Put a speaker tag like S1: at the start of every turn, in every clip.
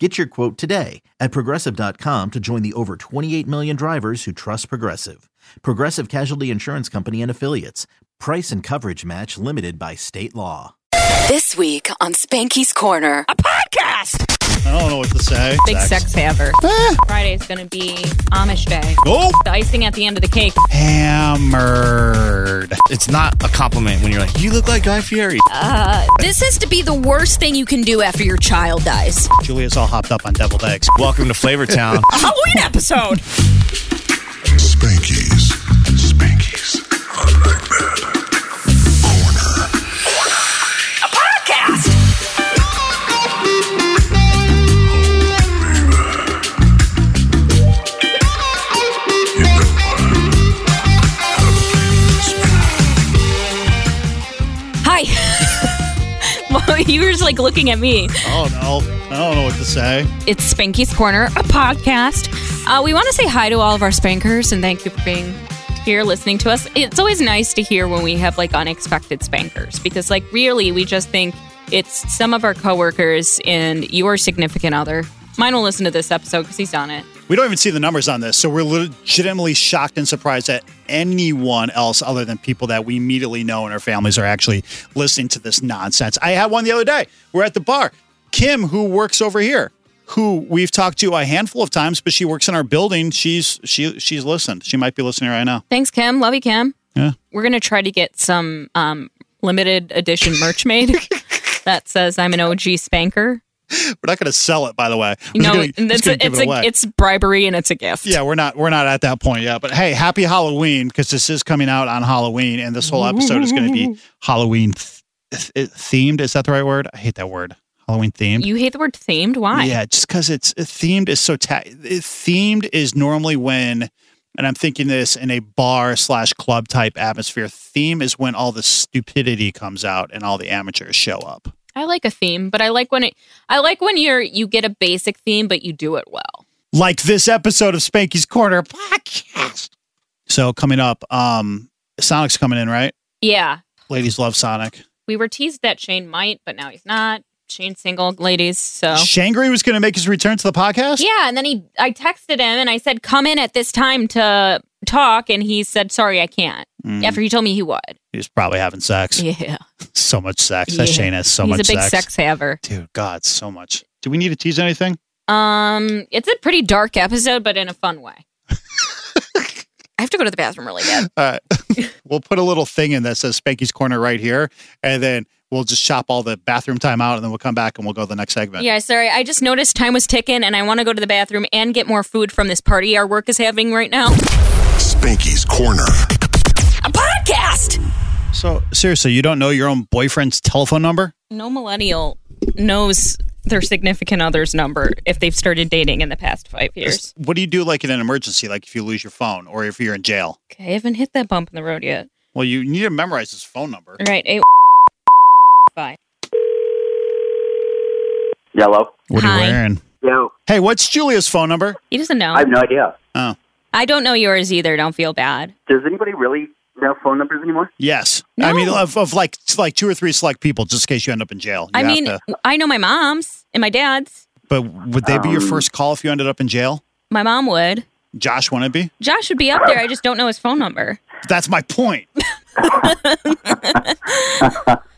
S1: Get your quote today at progressive.com to join the over 28 million drivers who trust Progressive. Progressive Casualty Insurance Company and Affiliates. Price and coverage match limited by state law.
S2: This week on Spanky's Corner.
S3: a podcast.
S4: I don't know what to say.
S5: Big sex favor. Friday is going to be Amish Day.
S4: Oh,
S5: The icing at the end of the cake.
S4: hammered.
S6: It's not a compliment when you're like, you look like Guy Fieri.
S3: This has to be the worst thing you can do after your child dies.
S4: Julia's all hopped up on deviled eggs.
S6: Welcome to Flavor Town.
S3: A Halloween episode.
S7: Spankies. Spankies. I like that. Corner.
S3: a podcast.
S7: You know what?
S3: Hi.
S5: Well, you were just like looking at me.
S4: Oh no, I don't know what to say.
S5: It's Spanky's Corner, a podcast. Uh, we want to say hi to all of our spankers and thank you for being here listening to us. It's always nice to hear when we have like unexpected spankers because, like, really, we just think it's some of our coworkers and your significant other. Mine will listen to this episode because he's on it.
S4: We don't even see the numbers on this, so we're legitimately shocked and surprised that anyone else other than people that we immediately know and our families are actually listening to this nonsense. I had one the other day. We're at the bar. Kim, who works over here, who we've talked to a handful of times, but she works in our building. She's she she's listened. She might be listening right now.
S5: Thanks, Kim. Love you, Kim.
S4: Yeah.
S5: We're gonna try to get some um, limited edition merch made that says I'm an OG spanker.
S4: We're not going to sell it, by the way.
S5: You
S4: We're just
S5: know,
S4: gonna- just
S5: it's
S4: gonna
S5: a,
S4: give
S5: it's
S4: it
S5: a,
S4: away.
S5: it's bribery and it's a gift.
S4: Yeah, we're not we're not at that point yet. But hey, happy Halloween because this is coming out on Halloween, and this whole episode is going to be Halloween th- th- themed. Is that the right word? I hate that word. Halloween themed.
S5: You hate the word themed? Why?
S4: Yeah, just because it's themed is so ta- it- themed is normally when, and I'm thinking this in a bar slash club type atmosphere. Theme is when all the stupidity comes out and all the amateurs show up.
S5: I like a theme, but I like when it. I like when you're you get a basic theme, but you do it well.
S4: like this episode of Spanky's Corner podcast. So coming up, um, Sonic's coming in, right?
S5: Yeah,
S4: Ladies love Sonic.
S5: we were teased that Shane might, but now he's not. Shane's single, ladies. So
S4: Shangri was going to make his return to the podcast.
S5: Oh. Yeah, and then he I texted him and I said, "Come in at this time to talk," and he said, "Sorry, I can't."
S4: Mm.
S5: After he told me he would.
S4: He's probably having sex.
S5: Yeah,
S4: So much sex. That
S5: Yeah.
S4: Shane has so
S5: he's
S4: much
S5: a big sex. haver.
S4: Dude, God, so much. Do we need to tease anything?
S5: Um, it's a pretty dark episode, but in a fun way. I have to go to the bathroom really bad.
S4: All right. we'll put a little thing in that says Spanky's Corner right here, and then we'll just chop all the bathroom time out, and then we'll come back and we'll go to the next segment.
S5: Yeah, sorry. I just noticed time was ticking, and I want to go to the bathroom and get more food from this party our work is having right now.
S7: Spanky's Corner.
S3: A podcast.
S4: So seriously, you don't know your own boyfriend's telephone number?
S5: No millennial knows their significant other's number if they've started dating in the past five years.
S4: What do you do like in an emergency, like if you lose your phone or if you're in jail?
S5: Okay, I haven't hit that bump in the road yet.
S4: Well, you need to memorize his phone number.
S5: All right, eight. Bye.
S8: Yellow.
S4: What
S5: Hi.
S4: wearing?
S8: Yeah.
S4: Hey, what's Julia's phone number?
S5: He doesn't know.
S8: I have no idea.
S4: Oh,
S5: I don't know yours either. Don't feel bad.
S8: Does anybody really know phone numbers anymore?
S4: yes. I
S5: No.
S4: mean, of, of like like two or three select people, just in case you end up in jail. You
S5: I
S4: have
S5: mean,
S4: to-
S5: I know my mom's and my dad's.
S4: but would they be your first call if you ended up in jail?
S5: My mom would.
S4: Josh, wouldn't it be?
S5: Josh would be up there. I just don't know his phone number.
S4: That's my point.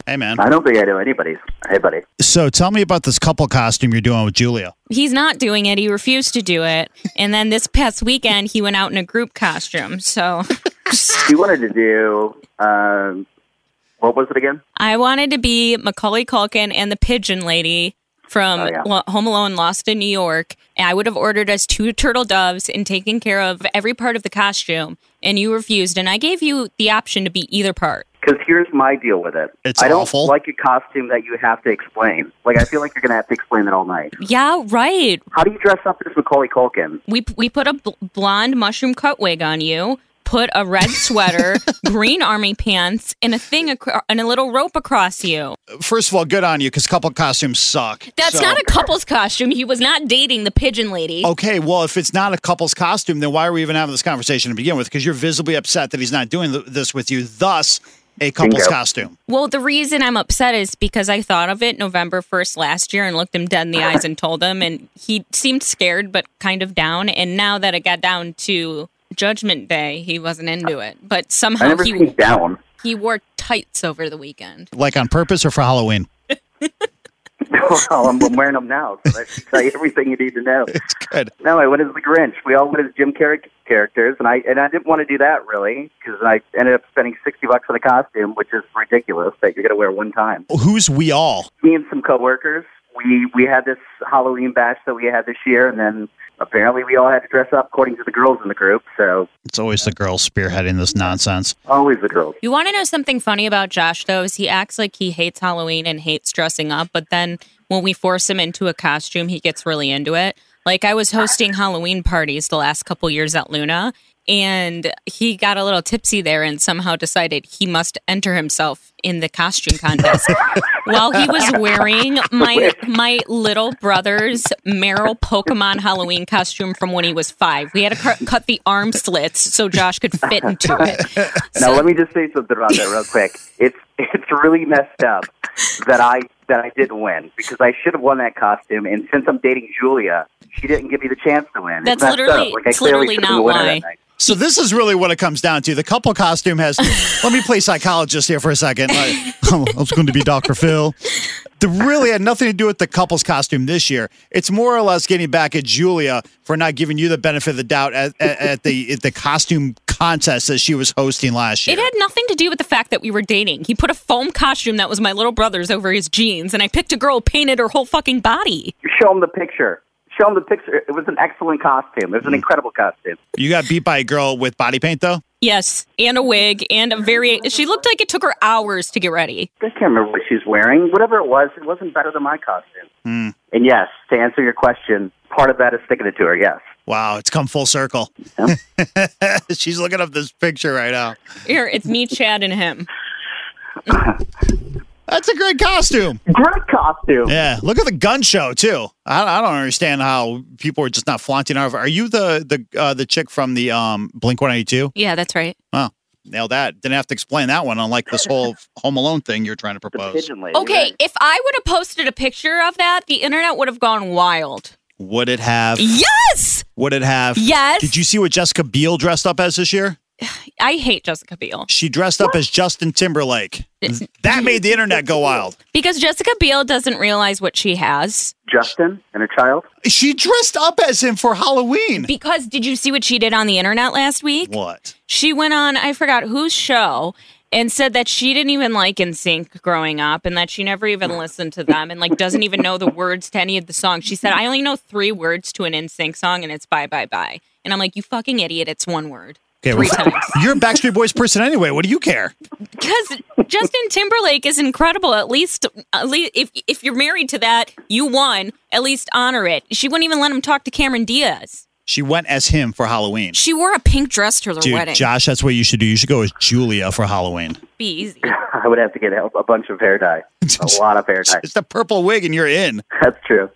S4: hey, man.
S8: I don't think I know anybody's. Hey, buddy.
S4: So tell me about this couple costume you're doing with Julia.
S5: He's not doing it. He refused to do it. And then this past weekend, he went out in a group costume. So
S8: He wanted to do, um, what was it again?
S5: I wanted to be Macaulay Culkin and the Pigeon Lady from
S8: Oh, yeah.
S5: Lo- Home Alone Lost in New York. And I would have ordered us two turtle doves and taken care of every part of the costume. And you refused. And I gave you the option to be either part.
S8: Because here's my deal with it.
S4: It's
S8: I don't
S4: awful.
S8: like a costume that you have to explain. Like, I feel like you're going to have to explain it all night.
S5: Yeah, right.
S8: How do you dress up as Macaulay Culkin?
S5: we we put a bl- blonde mushroom cut wig on you, put a red sweater, green army pants, and a thing acro- and a little rope across you.
S4: First of all, good on you because couple costumes suck.
S5: That's
S4: So-
S5: not a couple's costume. He was not dating the pigeon lady.
S8: Oh,
S4: Okay, well, if it's not a couple's costume, then why are we even having this conversation to begin with? Because you're visibly upset that he's not doing th- this with you. Thus, a couple's
S8: Bingo.
S4: costume.
S5: Well, the reason I'm upset is because I thought of it November 1st last year and looked him dead in the eyes and told him, and he seemed scared but kind of down. And now that it got down to Judgment Day, he wasn't into it. But
S8: I
S5: somehow
S8: never
S5: he,
S8: see down.
S5: he wore tights over the weekend.
S4: Like on purpose or for Halloween?
S8: well, I'm wearing them now, so that should tell you everything you need to know.
S4: It's good.
S8: No, I went as the Grinch. We all went as Jim Carrey characters, and I and I didn't want to do that really because I ended up spending sixty bucks on a costume, which is ridiculous that you're going to wear one time.
S4: Who's we all?
S8: Me and some coworkers, we we had this Halloween bash that we had this year, and then apparently we all had to dress up according to the girls in the group. So
S4: It's always the girls spearheading this nonsense.
S8: always the girls.
S5: You want to know something funny about Josh, though, is he acts like he hates Halloween and hates dressing up, but then when we force him into a costume, he gets really into it. Like, I was hosting Halloween parties the last couple years at Luna, and he got a little tipsy there and somehow decided he must enter himself in the costume contest while he was wearing my my little brother's Meryl Pokemon Halloween costume from when he was five. We had to cut cut the arm slits so Josh could fit into it.
S8: Now let me just say something about that real quick. It's it's really messed up that I that I didn't win because I should have won that costume. And since I'm dating Julia, she didn't give me the chance to win. It's
S5: That's
S8: messed
S5: literally-
S8: up. Like, I
S5: it's
S8: clearly
S5: literally
S8: should have
S5: not
S8: been the winner that
S5: why.
S8: night.
S4: So this is really what it comes down to. The couple costume has. let me play psychologist here for a second. Like, I was going to be Dr. Phil. It really had nothing to do with the couple's costume this year. It's more or less getting back at Julia for not giving you the benefit of the doubt at, at, at the at the costume contest that she was hosting last year.
S5: It had nothing to do with the fact that we were dating. He put a foam costume that was my little brother's over his jeans, and I picked a girl who painted her whole fucking body.
S8: Show him the picture. Show him the picture. It was an excellent costume.
S5: Hmm.
S8: It was an incredible costume.
S4: you got beat by a girl with body paint though.
S5: Yes, and a wig, and a very. She looked like it took her hours to get ready.
S8: I can't remember what she's wearing. Whatever it was, it wasn't better than my costume. And yes, to answer your question, part of that is sticking it to her. Yes.
S4: Wow, it's come full circle.
S8: Yeah.
S4: She's looking up this picture right now.
S5: Here, it's me, Chad, and him.
S4: That's a great costume.
S8: Great costume.
S4: Yeah, look at the gun show too. I, I don't understand how people are just not flaunting our. Are you the the uh, the chick from the um, Blink One Eighty Two?
S5: Yeah, that's right.
S4: Wow, nailed that. Didn't have to explain that one. Unlike this whole Home Alone thing you're trying to
S8: The
S4: propose.
S8: pigeon lady.
S5: Okay, if I would have posted a picture of that, the internet would have gone wild.
S4: Would it have?
S5: Yes,
S4: Would it have?
S5: yes.
S4: Did you see what Jessica Biel dressed up as this year?
S5: I hate Jessica Biel
S4: She dressed up as Justin Timberlake. That made the internet go wild.
S5: because Jessica Biel doesn't realize what she has.
S8: Justin and her child.
S4: She dressed up as him for Halloween.
S5: Because did you see what she did on the internet last week?
S4: What?
S5: she went on i forgot whose show and said that she didn't even like NSYNC growing up and that she never even listened to them and like doesn't even know the words to any of the songs she said i only know three words to an NSYNC song and it's bye bye bye and i'm like you fucking idiot it's one word
S4: Okay,
S5: three
S4: well,
S5: times
S4: You're a Backstreet Boys person anyway. What do you care?
S5: because justin timberlake is incredible at least at least if, if you're married to that you won at least honor it she wouldn't even let him talk to cameron diaz
S4: She went as him for Halloween.
S3: She wore a pink dress to the
S4: Dude,
S3: wedding.
S4: Josh, that's what you should do. You should go as Julia for Halloween.
S5: be easy
S8: I would have to get a, a bunch of hair dye. A lot of hair dye.
S4: It's the purple wig, and you're in.
S8: That's true.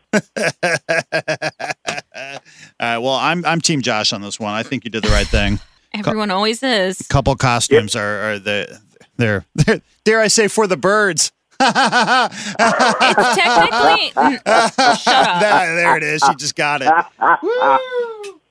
S4: All right. Uh, Well, I'm I'm Team Josh on this one. I think you did the right thing.
S5: everyone always is
S4: Couple costumes are, are the they're, they're dare I say for the birds.
S5: it's technically Mm, shut up
S4: There- there it is. She just got it.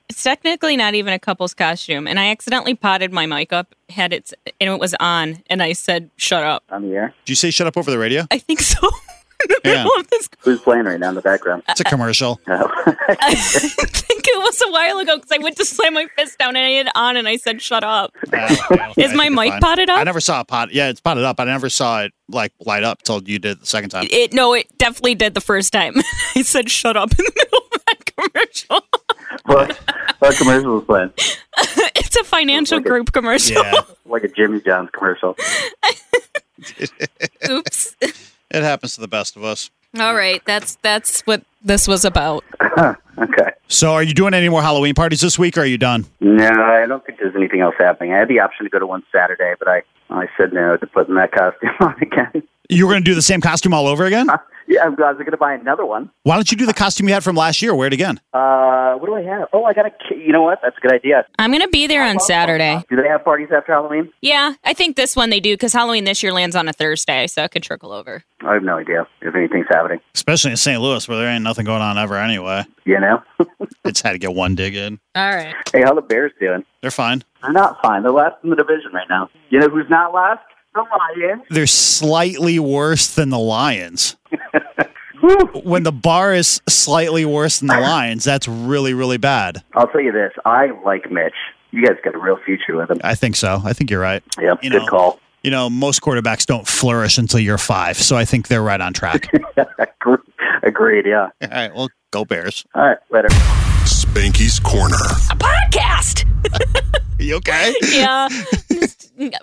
S5: it's technically not even a couple's costume and i accidentally potted my mic up had it and it was on and i said shut up
S8: On the air.
S4: Did you say shut up over the radio?
S5: i think so in the
S4: Yeah.
S5: middle of this
S8: Who's playing right now in the background?
S4: It's a commercial.
S5: i think it was a while ago because i went to slam my fist down and i had it on and i said shut up
S4: Uh,
S5: Is my mic potted up?
S4: I never saw it pot. Yeah, it's potted up. I never saw it like light up till you did it the second time.
S5: it no it definitely did the first time i said shut up in the middle of that commercial
S8: What, what commercial was playing?
S5: it's a financial group commercial
S4: Yeah,
S8: Like a Jimmy John's commercial.
S5: oops
S4: it happens to the best of us.
S5: all right that's that's what this was about
S8: Okay.
S4: So, are you doing any more Halloween parties this week? or Are you done?
S8: No, I don't think there's anything else happening. I had the option to go to one Saturday, but I I said no to putting that costume on again.
S4: You were going to do the same costume all over again?
S8: yeah, I'm glad we're going to buy another one.
S4: Why don't you do the costume you had from last year? Wear it again.
S8: Uh, what do I have? Oh, I got a. ki- You know what? That's a good idea.
S5: I'm going to be there on Saturday.
S8: Do they have parties after Halloween?
S5: Yeah, I think this one they do because Halloween this year lands on a Thursday, so it could trickle over.
S8: I have no idea if anything's happening.
S4: Especially in St. Louis, where there ain't nothing going on ever anyway.
S8: You know?
S4: It's had to get one dig in.
S5: All right.
S8: hey, how the Bears doing?
S4: They're fine.
S8: They're not fine. They're last in the division right now. You know who's not last? The Lions.
S4: They're slightly worse than the Lions.
S8: Whew. Uh-huh.
S4: When the bar is slightly worse than the Lions, that's really, really bad.
S8: I'll tell you this. I like Mitch. You guys got a real future with him.
S4: I think so. I think you're right.
S8: Yeah,
S4: You
S8: good
S4: know.
S8: call.
S4: You know, most quarterbacks don't flourish until you're five, so I think they're right on track.
S8: Agreed. Agreed, yeah.
S4: All right, well, go Bears.
S8: All right, later.
S7: Spanky's Corner.
S2: Podcast!
S4: You okay?
S5: Yeah.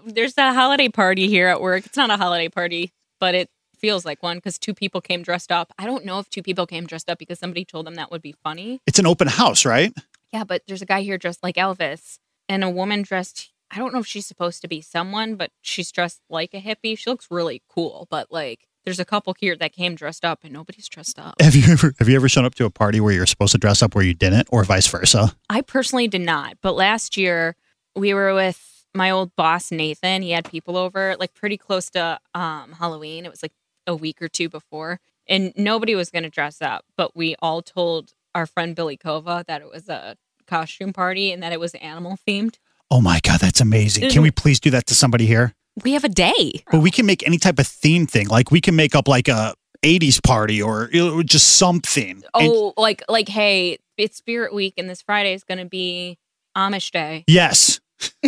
S5: There's a holiday party here at work. It's not a holiday party, but it feels like one because two people came dressed up. I don't know if two people came dressed up because somebody told them that would be funny.
S4: It's an open house, right?
S5: Yeah, but there's a guy here dressed like Elvis and a woman dressed. I don't know if she's supposed to be someone, but she's dressed like a hippie. She looks really cool, but like there's a couple here that came dressed up and nobody's dressed up.
S4: Have you ever have you ever shown up to a party where you're supposed to dress up where you didn't, or vice versa?
S5: I personally did not, but last year we were with my old boss Nathan. He had people over like pretty close to um, Halloween. It was like a week or two before, and nobody was going to dress up, but we all told our friend Billy Kova that it was a costume party and that it was animal themed.
S4: Oh my god, that's amazing! Can we
S5: Mm-hmm.
S4: please do that to somebody here?
S5: We have a day.
S4: But we can make any type of theme thing. Like we can make up like a '80s party or you know, just something. And-
S5: Oh, like like hey, it's Spirit Week, and this Friday is going to be Amish Day.
S4: yes.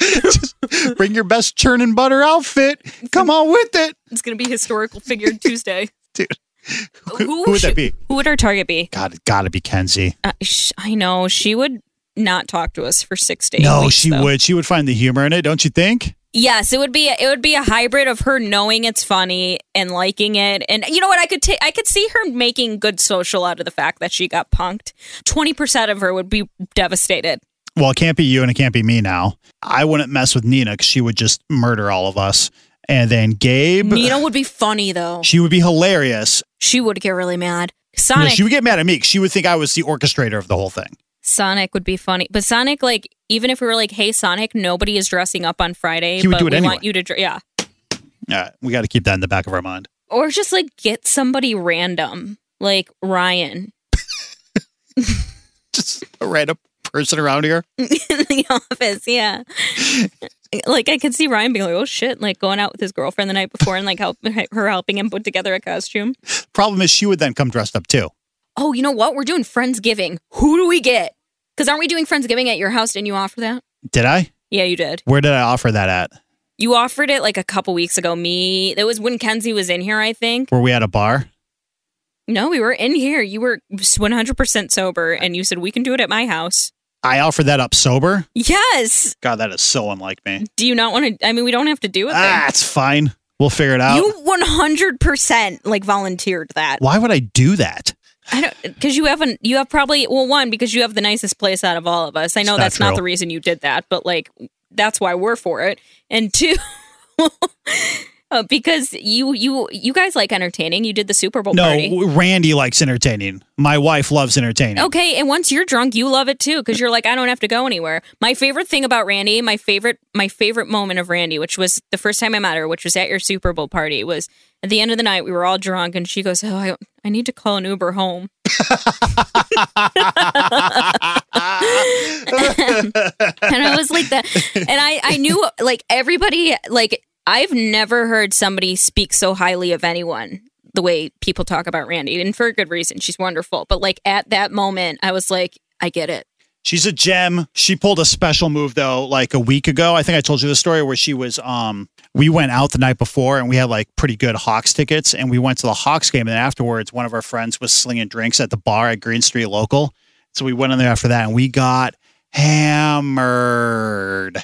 S4: Just bring your best churn and butter outfit. Come on with it.
S5: It's going to be Historical Figure Tuesday.
S4: Dude.
S5: who,
S4: Who would that
S5: should-
S4: be?
S5: Who would our target be?
S4: God, it gotta be Kenzie.
S5: Uh, sh- I know she would not talk to us for six days.
S4: No, she would. She would find the humor in it, don't you think?
S5: Yes, it would be. It would be a hybrid of her knowing it's funny and liking it, and you know what? I could ta- I could see her making good social out of the fact that she got punked. Twenty percent of her would be devastated.
S4: well, it can't be you and it can't be me now. I wouldn't mess with Nina because she would just murder all of us. And then Gabe,
S5: Nina would be funny though.
S4: she would be hilarious.
S5: She would get really mad.
S4: You know,
S5: Sonic.
S4: she would get mad at me 'cause she would think I was the orchestrator of the whole thing.
S5: Sonic would be funny, but Sonic, like, even if we were like, "Hey, Sonic, nobody is dressing up on Friday,
S4: He would
S5: but
S4: do it
S5: we
S4: anyway.
S5: want you to," dr-, yeah,
S4: All right, we got to keep that in the back of our mind.
S5: or just like get somebody random, like Ryan
S4: Just a random person around here.
S5: in the office, yeah. like, I could see Ryan being like, "Oh shit!" Like going out with his girlfriend the night before and like help her helping him put together a costume.
S4: Problem is, she would then come dressed up too.
S5: Oh, you know what? We're doing friendsgiving. Who do we get? Because aren't we doing friendsgiving at your house? Didn't you offer that?
S4: Did I?
S5: Yeah, you did.
S4: Where did I offer that at?
S5: You offered it like a couple weeks ago. Me, that was when Kenzie was in here, I think.
S4: Were we at a bar?
S5: No, we were in here. You were 100% sober and you said, We can do it at my house.
S4: I offered that up sober.
S5: Yes.
S4: God, that is so unlike me.
S5: Do you not want to? I mean, we don't have to do it.
S4: Ah, it's fine. We'll figure it out.
S5: then. You 100% like volunteered that.
S4: Why would I do that?
S5: I don't, because you haven't, you have probably, well, one, because you have the nicest place out of all of us. I know
S4: It's not
S5: that's not
S4: true.
S5: the reason you did that, but like, that's why we're for it. And two, uh, because you, you, you guys like entertaining. You did the Super Bowl
S4: No,
S5: party. Oh.
S4: Randy likes entertaining. My wife loves entertaining.
S5: Okay, and once you're drunk, you love it too because you're like, I don't have to go anywhere. My favorite thing about Randy, my favorite, my favorite moment of Randy, which was the first time I met her, which was at your Super Bowl party, was at the end of the night we were all drunk, and she goes, "Oh, I, I need to call an Uber home." and I was like that, and I, I knew like everybody, like I've never heard somebody speak so highly of anyone the way people talk about Randy, and for good reason. She's wonderful, but like at that moment, I was like, I get it.
S4: She's a gem. She pulled a special move though, like a week ago. I think I told you the story where she was um we went out the night before and we had like pretty good Hawks tickets and we went to the Hawks game and then afterwards one of our friends was slinging drinks at the bar at Green Street Local. So we went in there after that and we got hammered.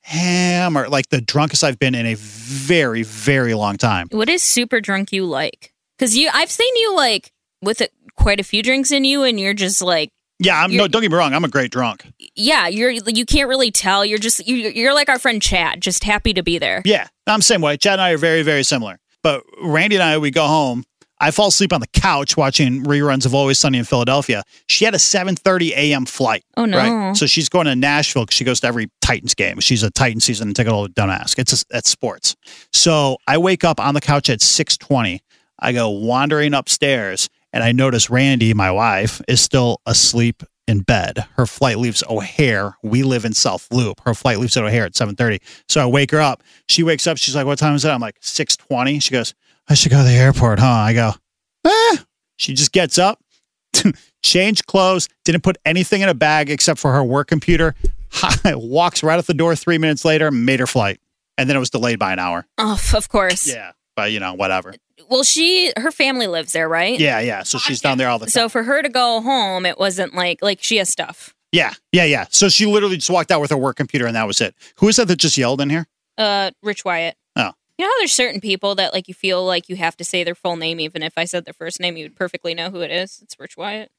S4: Hammered. Like the drunkest I've been in a very, very long time.
S5: What is super drunk you like? Because you, I've seen you like with a quite a few drinks in you and you're just like
S4: Yeah, I'm, no,
S5: You're-
S4: don't get me wrong. I'm a great drunk.
S5: yeah, you're you can't really tell. You're just you, you're like our friend Chad, just happy to be there.
S4: Yeah, I'm the same way. Chad and I are very, very similar. But Randy and I, we go home. I fall asleep on the couch watching reruns of Always Sunny in Philadelphia. She had a 7:30 a.m. flight.
S5: Oh, no.
S4: So she's going to Nashville because she goes to every Titans game. She's a Titan season ticket holder. Don't ask. It's that's sports. So I wake up on the couch at 6:20. I go wandering upstairs and I notice Randy, my wife, is still asleep in bed. Her flight leaves O'Hare. We live in South Loop. Her flight leaves at O'Hare at 7:30. So I wake her up. She wakes up. She's like, "What time is it?" I'm like, "6:20." She goes, "I should go to the airport, huh?" I go, "Eh." She just gets up, changed clothes, didn't put anything in a bag except for her work computer. walks right out the door 3 minutes later, made her flight. And then it was delayed by an hour.
S5: Oh, of course.
S4: Yeah, but you know, whatever.
S5: Well, she her family lives there, right?
S4: Yeah, yeah. So she's down there all the time.
S5: So for her to go home, it wasn't like like she has stuff.
S4: yeah, yeah, yeah. So she literally just walked out with her work computer, and that was it. Who is that that just yelled in here?
S5: Uh, Rich Wyatt.
S4: Oh.
S5: You know how there's certain people that like you feel like you have to say their full name, even if I said their first name, you would perfectly know who it is. It's Rich Wyatt.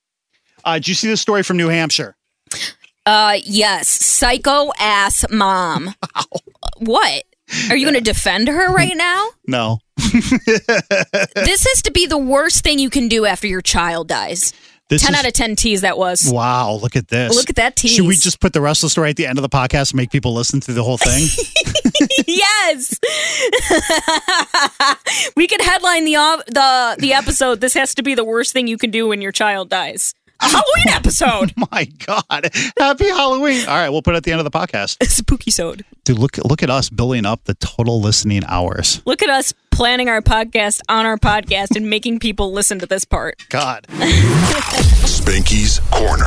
S4: Uh, did you see the story from New Hampshire?
S5: Uh, yes, psycho ass mom. What? Are you going to defend her right now?
S4: No.
S5: this has to be the worst thing you can do after your child dies.
S4: This
S5: 10
S4: is-
S5: out of 10 T's that was.
S4: Wow, look at this.
S5: Look at that tease.
S4: Should we just put the rest of the story at the end of the podcast and make people listen through the whole thing?
S5: yes. we could headline the op- the the episode this has to be the worst thing you can do when your child dies. A Halloween episode.
S4: My God. Happy Halloween. All right, we'll put it at the end of the podcast.
S5: Spooky sode.
S4: Dude, look look at us building up the total listening hours.
S5: Look at us planning our podcast on our podcast and making people listen to this part.
S4: God.
S7: Spanky's Corner.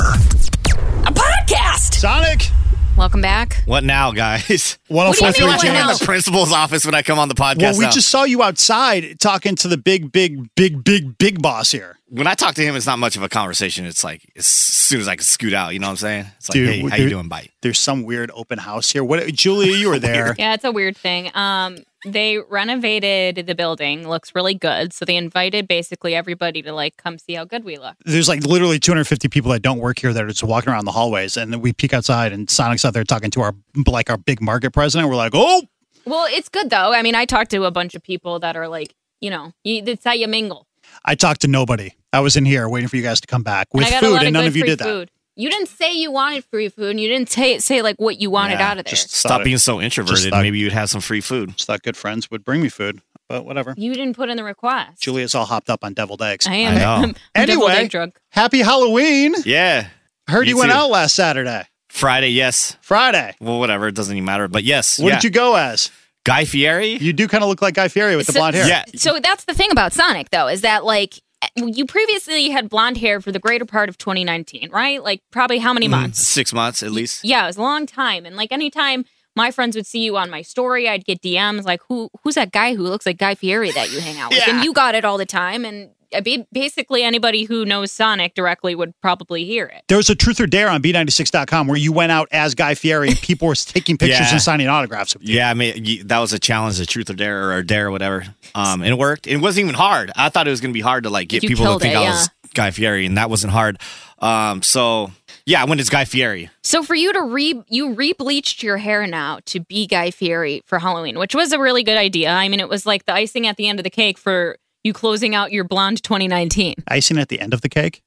S5: A podcast.
S4: Sonic!
S5: Welcome back.
S6: What now, guys?
S5: What do
S4: 104.3
S5: you mean, what
S6: I'm
S5: now?
S6: in the principal's office when I come on the podcast.
S4: Well, we
S6: now.
S4: just saw you outside talking to the big, big, big, big, big boss here.
S6: when I talk to him, it's not much of a conversation. It's like as soon as I can scoot out, you know what I'm saying? It's like,
S4: Dude,
S6: hey, how
S4: dude.
S6: you doing, bye?
S4: There's some weird open house here. What, Julia? You were there.
S5: Yeah, it's a weird thing. Um, they renovated the building; looks really good. So they invited basically everybody to like come see how good we look.
S4: There's like literally 250 people that don't work here that are just walking around the hallways, and then we peek outside, and Sonic's out there talking to our like our big market president. We're like, oh,
S5: Well, it's good though. I mean, I talked to a bunch of people that are like, you know, you, that's how you mingle.
S4: I talked to nobody. I was in here waiting for you guys to come back with
S5: I got a
S4: food,
S5: lot
S4: and
S5: of
S4: none
S5: good
S4: of you
S5: free
S4: did that.
S5: food. You didn't say you wanted free food, and you didn't say say like what you wanted
S4: Yeah,
S5: out of there.
S4: just- Thought
S6: Stop
S4: it-
S6: being so introverted.
S4: thought-
S6: Maybe you'd have some free food.
S4: Just thought good friends would bring me food, but whatever.
S5: you didn't put in the request.
S4: Julia's all hopped up on deviled eggs.
S5: I am.
S6: I know.
S5: I'm deviled
S4: Anyway.
S5: egg drunk.
S4: Happy Halloween!
S6: Yeah.
S4: Heard
S6: Me
S4: you went
S6: too.
S4: out last Saturday,
S6: Friday, yes.
S4: Friday.
S6: Well, whatever. It doesn't even matter. But yes.
S4: What
S6: yeah.
S4: did you go as?
S6: Guy Fieri?
S4: You do kind of look like Guy Fieri with the
S5: So-
S4: blonde hair.
S6: Yeah.
S5: So that's the thing about Sonic, though, is that like eh, you previously had blonde hair for the greater part of 2019, right? Like probably how
S4: Mm,
S5: many months?
S6: Six months at least.
S5: Yeah, it was a long time. And like anytime my friends would see you on my story, I'd get DMs like, "Who who's that guy who looks like Guy Fieri that you hang out with?" And you got it all the time. And I be- basically anybody who knows Sonic directly would probably hear it.
S4: There was a truth or dare on B96.com where you went out as Guy Fieri and people were taking pictures
S6: Yeah.
S4: and signing autographs. with you.
S6: Yeah, I mean you- that was a challenge, the truth or dare or dare or whatever. Um, and it worked. It wasn't even hard. I thought it was going to be hard to like get
S5: You
S6: people to
S5: killed
S6: think
S5: it,
S6: I was Guy Fieri, and that wasn't hard. Um, so yeah, I went as Guy Fieri.
S5: So for you to re you re-bleached your hair now to be Guy Fieri for Halloween, which was a really good idea. I mean, it was like the icing at the end of the cake for you closing out your blonde 2019.
S4: Icing at the end of the cake.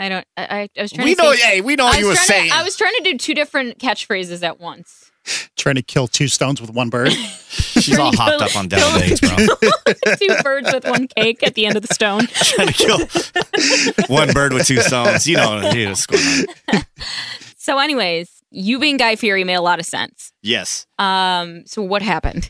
S5: I don't. I, I, I was trying
S6: We
S5: to.
S6: know.
S5: think-
S6: Hey, we know
S5: I
S6: what
S5: was
S6: you were
S5: trying to-
S6: saying.
S5: I was trying to do two different catchphrases at once.
S4: Trying to kill two stones with one bird.
S6: She's all hopped up on deviled eggs, bro.
S5: two birds with one cake at the end of the stone.
S6: trying to kill one bird with two stones. You know, dude, what's going on?
S5: So, anyways, you being Guy Fieri made a lot of sense.
S6: Yes.
S5: Um. So what happened?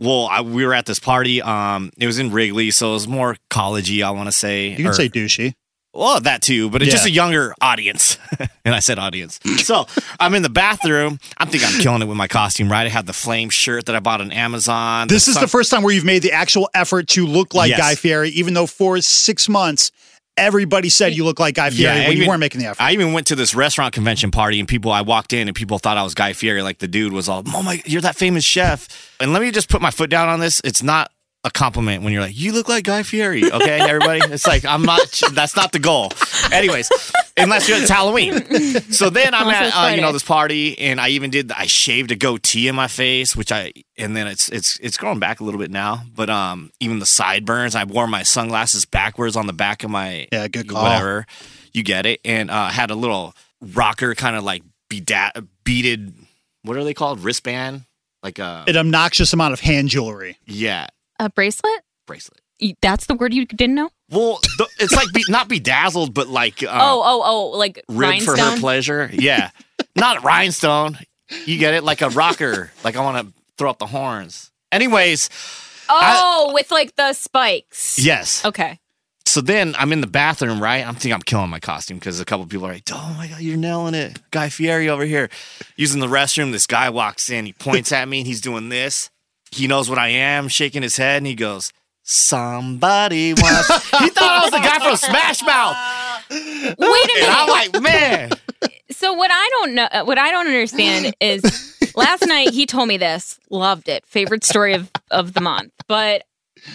S6: Well, I, we were at this party. Um, it was in Wrigley, so it was more collegey. I want to say.
S4: You can
S6: or-
S4: say douchey.
S6: Well, that too, but it's
S4: Yeah.
S6: just a younger audience. and I said audience. So I'm in the bathroom. I think I'm killing it with my costume, right? I had the flame shirt that I bought on Amazon.
S4: This is
S6: sun-
S4: the first time where you've made the actual effort to look like
S6: Yes.
S4: Guy Fieri, even though for six months everybody said you look like Guy Fieri
S6: I
S4: when you
S6: even-
S4: weren't making the effort.
S6: I even went to this restaurant convention party, and people I walked in, and people thought I was Guy Fieri. Like the dude was all, "Oh my, you're that famous chef." And let me just put my foot down on this: it's not a compliment when you're like, you look like Guy Fieri. Okay, everybody. It's like I'm not. That's not the goal. Anyways, unless you're it's Halloween. So then I'm
S5: Also
S6: at uh, you
S5: Friday.
S6: know this party, and I even did. I shaved a goatee in my face, which I and then it's it's it's growing back a little bit now. But um, even the sideburns. I wore my sunglasses backwards on the back of my
S4: Yeah, good call.
S6: Whatever, you get it. And uh, had a little rocker kind of like beda- beaded. What are they called? Wristband. Like a
S4: An obnoxious amount of hand jewelry.
S6: yeah
S5: A bracelet?
S6: bracelet.
S5: You- That's the word you didn't know?
S6: Well, th- it's like be, not bedazzled, but like uh,
S5: oh, oh, oh, like
S6: ribbed for
S5: rhinestone.
S6: her pleasure. Yeah, not rhinestone. You get it, like a rocker. like I want to throw out the horns. Anyways,
S5: oh, with like the spikes.
S6: yes.
S5: Okay.
S6: So then I'm in the bathroom, right? I'm thinking I'm killing my costume because a couple people are like, "Oh my god, you're nailing it, Guy Fieri over here." Using the restroom, this guy walks in. He points at me and he's doing this. He knows what I am, shaking his head, and he goes, "Somebody wants." he thought I was the guy from Smash Mouth,
S5: Wait a
S6: and I'm
S5: minute.
S6: like, "Man."
S5: So what I don't know, uh, what I don't understand is, last night he told me this, loved it, favorite story of of the month. But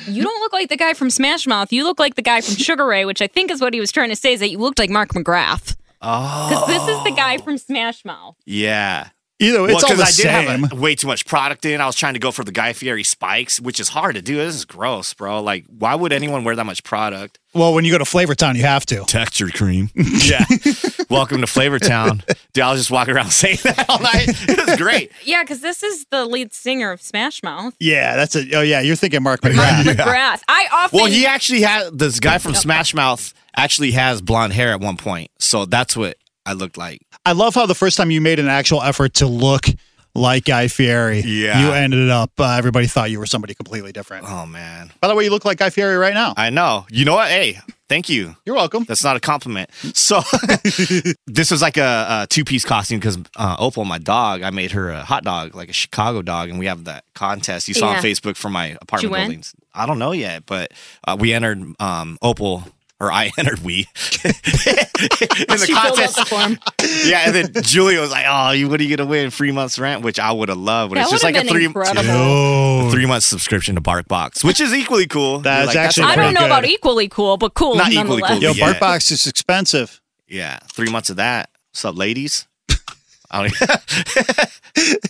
S5: you don't look like the guy from Smash Mouth. You look like the guy from Sugar Ray, which I think is what he was trying to say is that you looked like Mark McGrath because
S6: Oh,
S5: this is the guy from Smash Mouth.
S6: yeah.
S4: Either way,
S6: Well,
S4: it's all
S6: because
S4: the
S6: I did
S4: same.
S6: have like, way too much product in. I was trying to go for the Guy Fieri spikes, which is hard to do. This is gross, bro. Like, why would anyone wear that much product?
S4: well, when you go to Flavor Town, you have to.
S6: texture cream. Yeah. Welcome to Flavor Town. Dude, I was just walking around saying that all night. It was great.
S5: Yeah, because this is the lead singer of Smash Mouth,
S4: Yeah, that's a. Oh yeah, you're thinking Mark
S5: Mark
S4: McGrath.
S5: McGrath. I often
S6: Well, he actually had this guy from Smash Mouth actually has blonde hair at one point. So that's what I looked like.
S4: I love how the first time you made an actual effort to look like Guy Fieri,
S6: Yeah.
S4: you ended up. Uh, everybody thought you were somebody completely different.
S6: Oh man.
S4: By the way, you look like Guy Fieri right now.
S6: I know. You know what? Hey, thank you.
S4: You're welcome.
S6: That's not a compliment. So this was like a, a two-piece costume because uh, Opal, my dog, I made her a hot dog, like a Chicago dog, and we have that contest you saw
S5: Yeah.
S6: on Facebook for my
S5: Did you
S6: apartment
S5: win?
S6: buildings. I don't know yet, but uh, we entered um, Opal. Or I entered we in the
S5: she filled out the
S6: contest.
S5: form.
S6: Yeah, and then Julia was like, "Oh, you what are you gonna win? Three months rent, which I would have loved, but
S5: That
S6: it's just
S5: would've
S6: like a
S5: been
S6: three
S5: incredible.
S4: Oh,
S6: three month subscription to BarkBox, which is equally cool.
S4: That's
S6: Like,
S4: actually
S5: I
S6: a-
S5: don't know
S4: Pretty
S5: about
S4: good.
S5: equally cool, but cool
S6: Not equally
S5: nonetheless.
S6: cool,
S4: yo,
S6: but yeah.
S4: Bark Box is expensive.
S6: Yeah, three months of that. What's up, ladies? I don't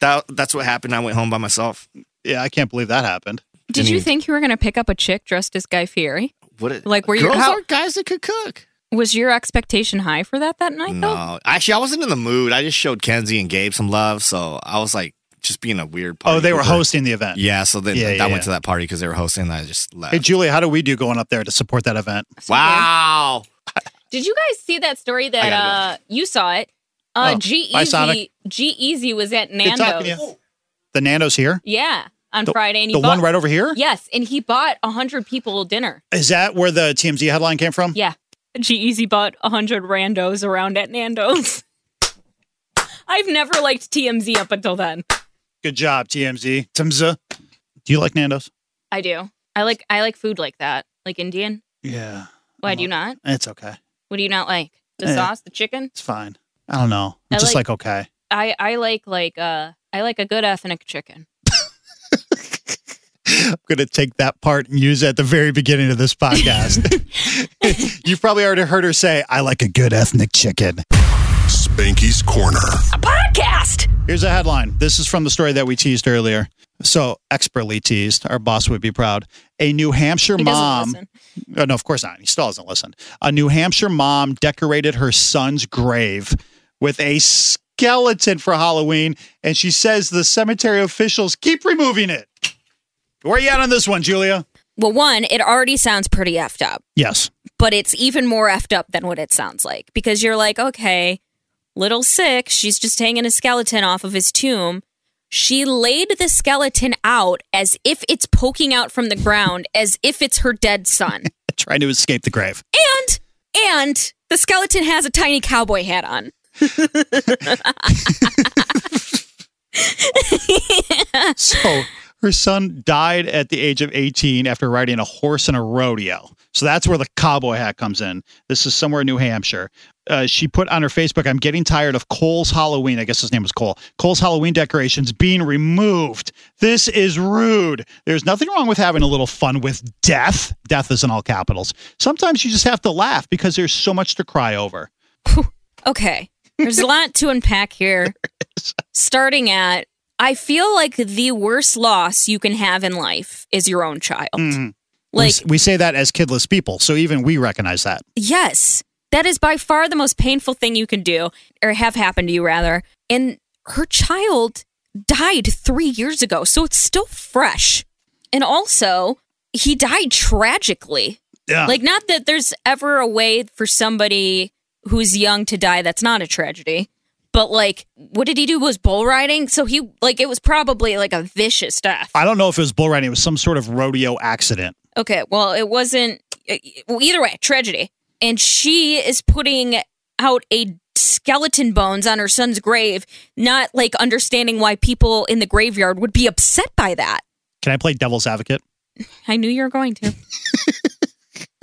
S6: that, that's what happened. I went home by myself.
S4: Yeah, I can't believe that happened.
S5: Did
S6: Mm-hmm.
S5: you think you were going to pick up a chick dressed as Guy Fieri?
S6: What? It,
S5: Like, were you-
S6: girls
S5: how-
S6: are guys that could cook.
S5: Was your expectation high for that that night, though?
S6: No, actually, I wasn't in the mood. I just showed Kenzie and Gabe some love, so I was like just being a weird. Party
S4: Oh, they were
S6: pooper.
S4: hosting the event.
S6: Yeah, so then
S4: Yeah,
S6: like,
S4: yeah,
S6: I
S4: yeah.
S6: went to that party because they were hosting. And I just left.
S4: Hey, Julia, how do we do going up there to support that event?
S6: wow.
S5: Did you guys see that story
S6: I
S5: that uh,
S6: gotta
S5: you saw it? Uh,
S4: Oh,
S5: G
S4: bye, Sonic.
S5: Easy G Easy was at
S4: Good talking
S5: Nando's.
S4: to you. The Nando's here.
S5: Yeah, on Friday, and he
S4: The
S5: bought,
S4: one right over here. Is
S5: Yes, and he bought hundred people dinner.
S4: that where the TMZ headline came from?
S5: Yeah, G Easy bought hundred randos around at Nando's. I've never liked TMZ up until then.
S4: Good job, TMZ. TMZ. Do you like Nando's?
S5: I do. I like I like food like that, like Indian.
S4: Yeah,
S5: Why do you not?
S4: it's okay.
S5: What do you not like? The
S4: Eh.
S5: sauce, the chicken.
S4: It's fine. I don't know. I'm
S5: I
S4: just
S5: like-
S4: like, okay.
S5: I I like like uh I like a good ethnic chicken.
S4: I'm going to take that part and use it at the very beginning of this podcast. You've probably already heard her say, I like a good ethnic chicken.
S7: Spanky's Corner.
S2: Podcast.
S4: Here's a headline. This is from the story that we teased earlier. So expertly teased. Our boss would be proud. A New Hampshire
S5: He doesn't
S4: mom.
S5: listen.
S4: Oh, no, of course not. He still doesn't listen. A New Hampshire mom decorated her son's grave with a skeleton for Halloween, and she says the cemetery officials keep removing it. Where are you at on this one, Julia?
S3: Well, one, it already sounds pretty effed up,
S4: Yes.
S3: but it's even more effed up than what it sounds like because you're like, okay, little sick, she's just hanging a skeleton off of his tomb. She laid the skeleton out as if it's poking out from the ground, as if it's her dead son.
S4: Trying to escape the grave.
S3: And and the skeleton has a tiny cowboy hat on.
S4: So her son died at the age of 18 after riding a horse in a rodeo. So that's where the cowboy hat comes in. This is somewhere in New Hampshire. Uh, she put on her Facebook, I'm getting tired of Cole's Halloween. I guess his name was Cole. Cole's Halloween decorations being removed. This is rude. There's nothing wrong with having a little fun with death. Death is in all capitals. Sometimes you just have to laugh because there's so much to cry over.
S3: Okay. There's a lot to unpack here. Starting at, I feel like the worst loss you can have in life is your own child.
S4: We
S3: Like,
S4: s- we say that as kidless people, so even we recognize that.
S3: yes, that is by far the most painful thing you can do or have happened to you, rather. And her child died three years ago, so it's still fresh. And also, he died tragically.
S4: Yeah.
S3: Like, not that there's ever a way for somebody who's young to die that's not a tragedy. But like, what did he do? Was bull riding? So he like it was probably like a vicious death.
S4: I don't know if it was bull riding. It was some sort of rodeo accident.
S3: Okay, well, it wasn't. e- Well, either way, tragedy. And she is putting out a skeleton bones on her son's grave, not like understanding why people in the graveyard would be upset by that.
S4: Can I play devil's advocate?
S3: I knew you were going to.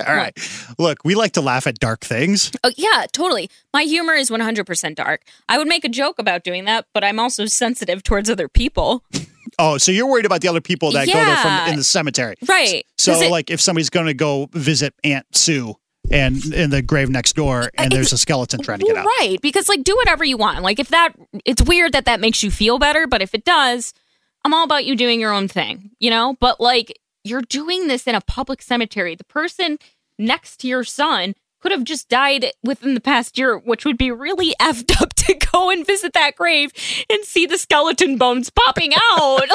S4: All right. Look, we like to laugh at dark things.
S3: Oh, yeah, totally. My humor is 100% dark. I would make a joke about doing that, but I'm also sensitive towards other people.
S4: Oh, so you're worried about the other people that go there
S3: Yeah.
S4: from in the cemetery.
S3: Right.
S4: So
S3: 'Cause it-
S4: like if somebody's going to go visit Aunt Sue and in the grave next door and there's a skeleton trying to get out.
S5: Right, because like do whatever you want. Like if that it's weird that that makes you feel better, but if it does, I'm all about you doing your own thing, you know? But like you're doing this in a public cemetery. The person next to your son could have just died within the past year, which would be really effed up to go and visit that grave and see the skeleton bones popping out.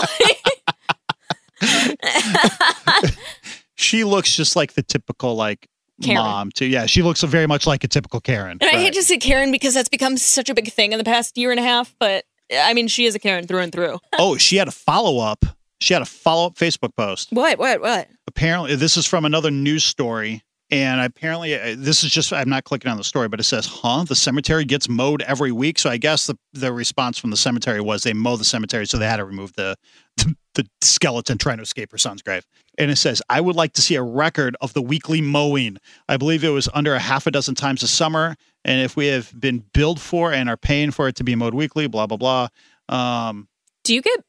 S4: She looks just like the typical like
S5: Karen.
S4: mom too. Yeah, she looks very much like a typical Karen.
S3: And I
S4: Right.
S3: hate to say Karen because that's become such a big thing in the past year and a half, but I mean, she is a Karen through and through.
S4: oh, she had a follow up. She had a follow up Facebook post.
S3: What, what, what?
S4: apparently this is from another news story and apparently uh, this is just i'm not clicking on the story but it says huh the cemetery gets mowed every week so i guess the, the response from the cemetery was they mow the cemetery so they had to remove the, the the skeleton trying to escape her son's grave and it says i would like to see a record of the weekly mowing i believe it was under a half a dozen times a summer and if we have been billed for and are paying for it to be mowed weekly blah blah blah um
S5: Do you get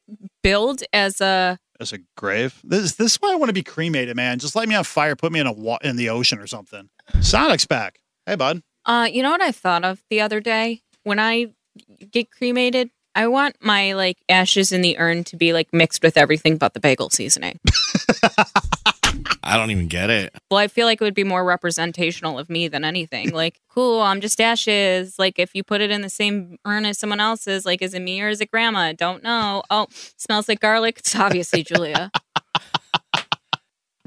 S5: billed as a
S4: as a grave. This this is why I want to be cremated, man. Just light me on fire, put me in a wa- in the ocean or something. Sonic's back. Hey, bud.
S5: Uh, you know what I thought of the other day? When I get cremated, I want my like ashes in the urn to be like mixed with everything but the bagel seasoning.
S6: I don't even get it.
S5: well, I feel like it would be more representational of me than anything. Like, cool, I'm just ashes. Like if you put it in the same urn as someone else's, like is it me or is it grandma? Don't know. Oh, smells like garlic. It's obviously Julia.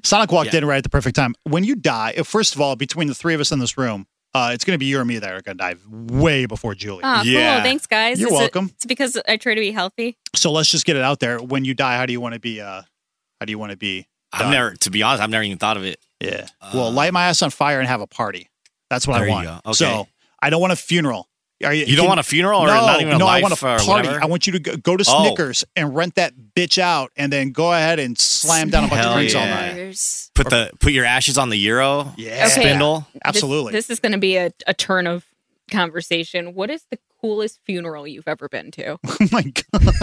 S4: Sonic walked
S6: Yeah.
S4: in right at the perfect time. When you die, if- first of all, between the three of us in this room, uh, it's going to be you or me that are going to die way before Julie.
S5: Ah,
S6: Yeah.
S5: cool. Thanks, guys.
S4: You're
S5: Is it-
S4: welcome.
S5: it's because I try to be healthy.
S4: so let's just get it out there. When you die, how do you want to be? Uh, how do you want to be?
S6: I've
S4: Done.
S6: never, to be honest, I've never even thought of it.
S4: Yeah. well, light my ass on fire and have a party. That's what
S6: There
S4: I
S6: you
S4: want.
S6: go. Okay.
S4: So I don't want a funeral. Are
S6: You don't want a funeral or
S4: no,
S6: not even a
S4: no,
S6: life
S4: I want
S6: or
S4: to party.
S6: whatever?
S4: I want you to go, go to
S6: Oh.
S4: Snickers and rent that bitch out, and then go ahead and slam down a bunch of
S6: Hell
S4: drinks all
S6: yeah.
S4: night.
S6: put the put your ashes on the euro
S4: Yeah,
S5: Okay.
S6: spindle.
S4: absolutely.
S5: This, this is going to be a, a turn of conversation. What is the coolest funeral you've ever been to?
S4: oh my god!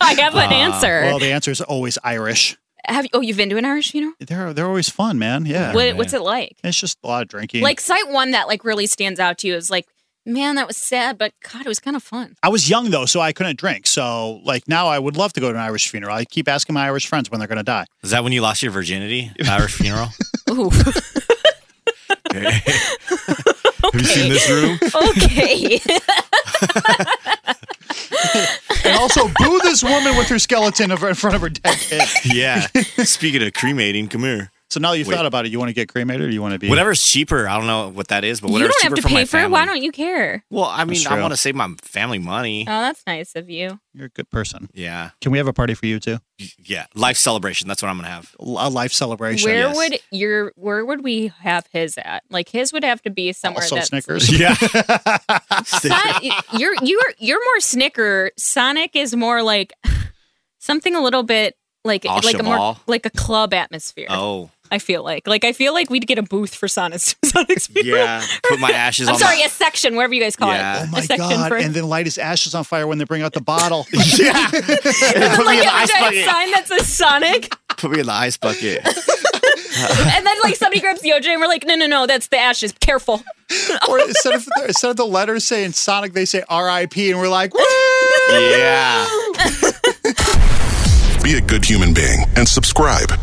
S5: I have an
S6: Uh,
S5: answer.
S4: Ah, Well, the answer is always Irish.
S5: have you, oh, you've been to an Irish funeral?
S4: They're they're always fun, man. Yeah,
S5: What,
S6: man.
S5: what's it like?
S4: it's just a lot of drinking.
S5: Like site one that like really stands out to you is like, man, that was sad, but God, it was kind of fun.
S4: I was young though, so I couldn't drink. So like now, I would love to go to an Irish funeral. I keep asking my Irish friends when they're going to die.
S6: Is that when you lost your virginity? Irish funeral.
S5: Ooh,
S6: Have you seen this room?
S5: okay.
S4: And also, boo this woman with her skeleton over- in front of her dead kid.
S6: Yeah. Speaking of cremating, come here.
S4: So now you've
S6: Wait.
S4: thought about it. You want to get cremated, or you want to be
S6: Whatever's cheaper, I don't know what that is, but
S5: you
S6: whatever's
S5: don't have
S6: cheaper
S5: to
S6: for my
S5: pay for it. Why
S6: family.
S5: don't you care?
S6: Well, I mean,
S4: That's
S6: I
S4: true.
S6: want to save my family money.
S5: Oh, that's nice of you.
S4: You're a good person.
S6: Yeah,
S4: Can we have a party for you too?
S6: yeah. Life celebration. That's what I'm gonna have.
S4: A life celebration.
S5: where
S4: Yes.
S5: would your where would we have his at? Like his would have to be somewhere
S4: also
S5: that's
S4: Snickers?
S6: Yeah.
S5: Son- you're you're you're more Snicker. Sonic is more like something a little bit like
S6: All
S5: like a more
S6: Shamal?
S5: like a club atmosphere.
S6: Oh,
S5: I feel like like I feel like we'd get a booth for Sonic Sonic's people.
S6: yeah. Put my ashes
S5: I'm
S6: on
S5: sorry,
S6: my-
S5: a section, wherever you guys call
S6: Yeah.
S4: Oh
S5: it. a
S4: my
S5: section
S4: god!
S5: for
S4: And then light his ashes on fire when they bring out the bottle.
S6: yeah. Put me
S5: like
S6: in the
S5: a
S6: ice
S5: giant
S6: bucket.
S5: sign that says Sonic,
S6: Put me in the ice bucket.
S5: and then like somebody grabs the OJ, and we're like, no, no, no, that's the ashes. Careful.
S4: or instead of the, instead of the letters saying Sonic, they say R.I.P. and we're like, "Woo!"
S6: Yeah.
S7: Be a good human being and subscribe,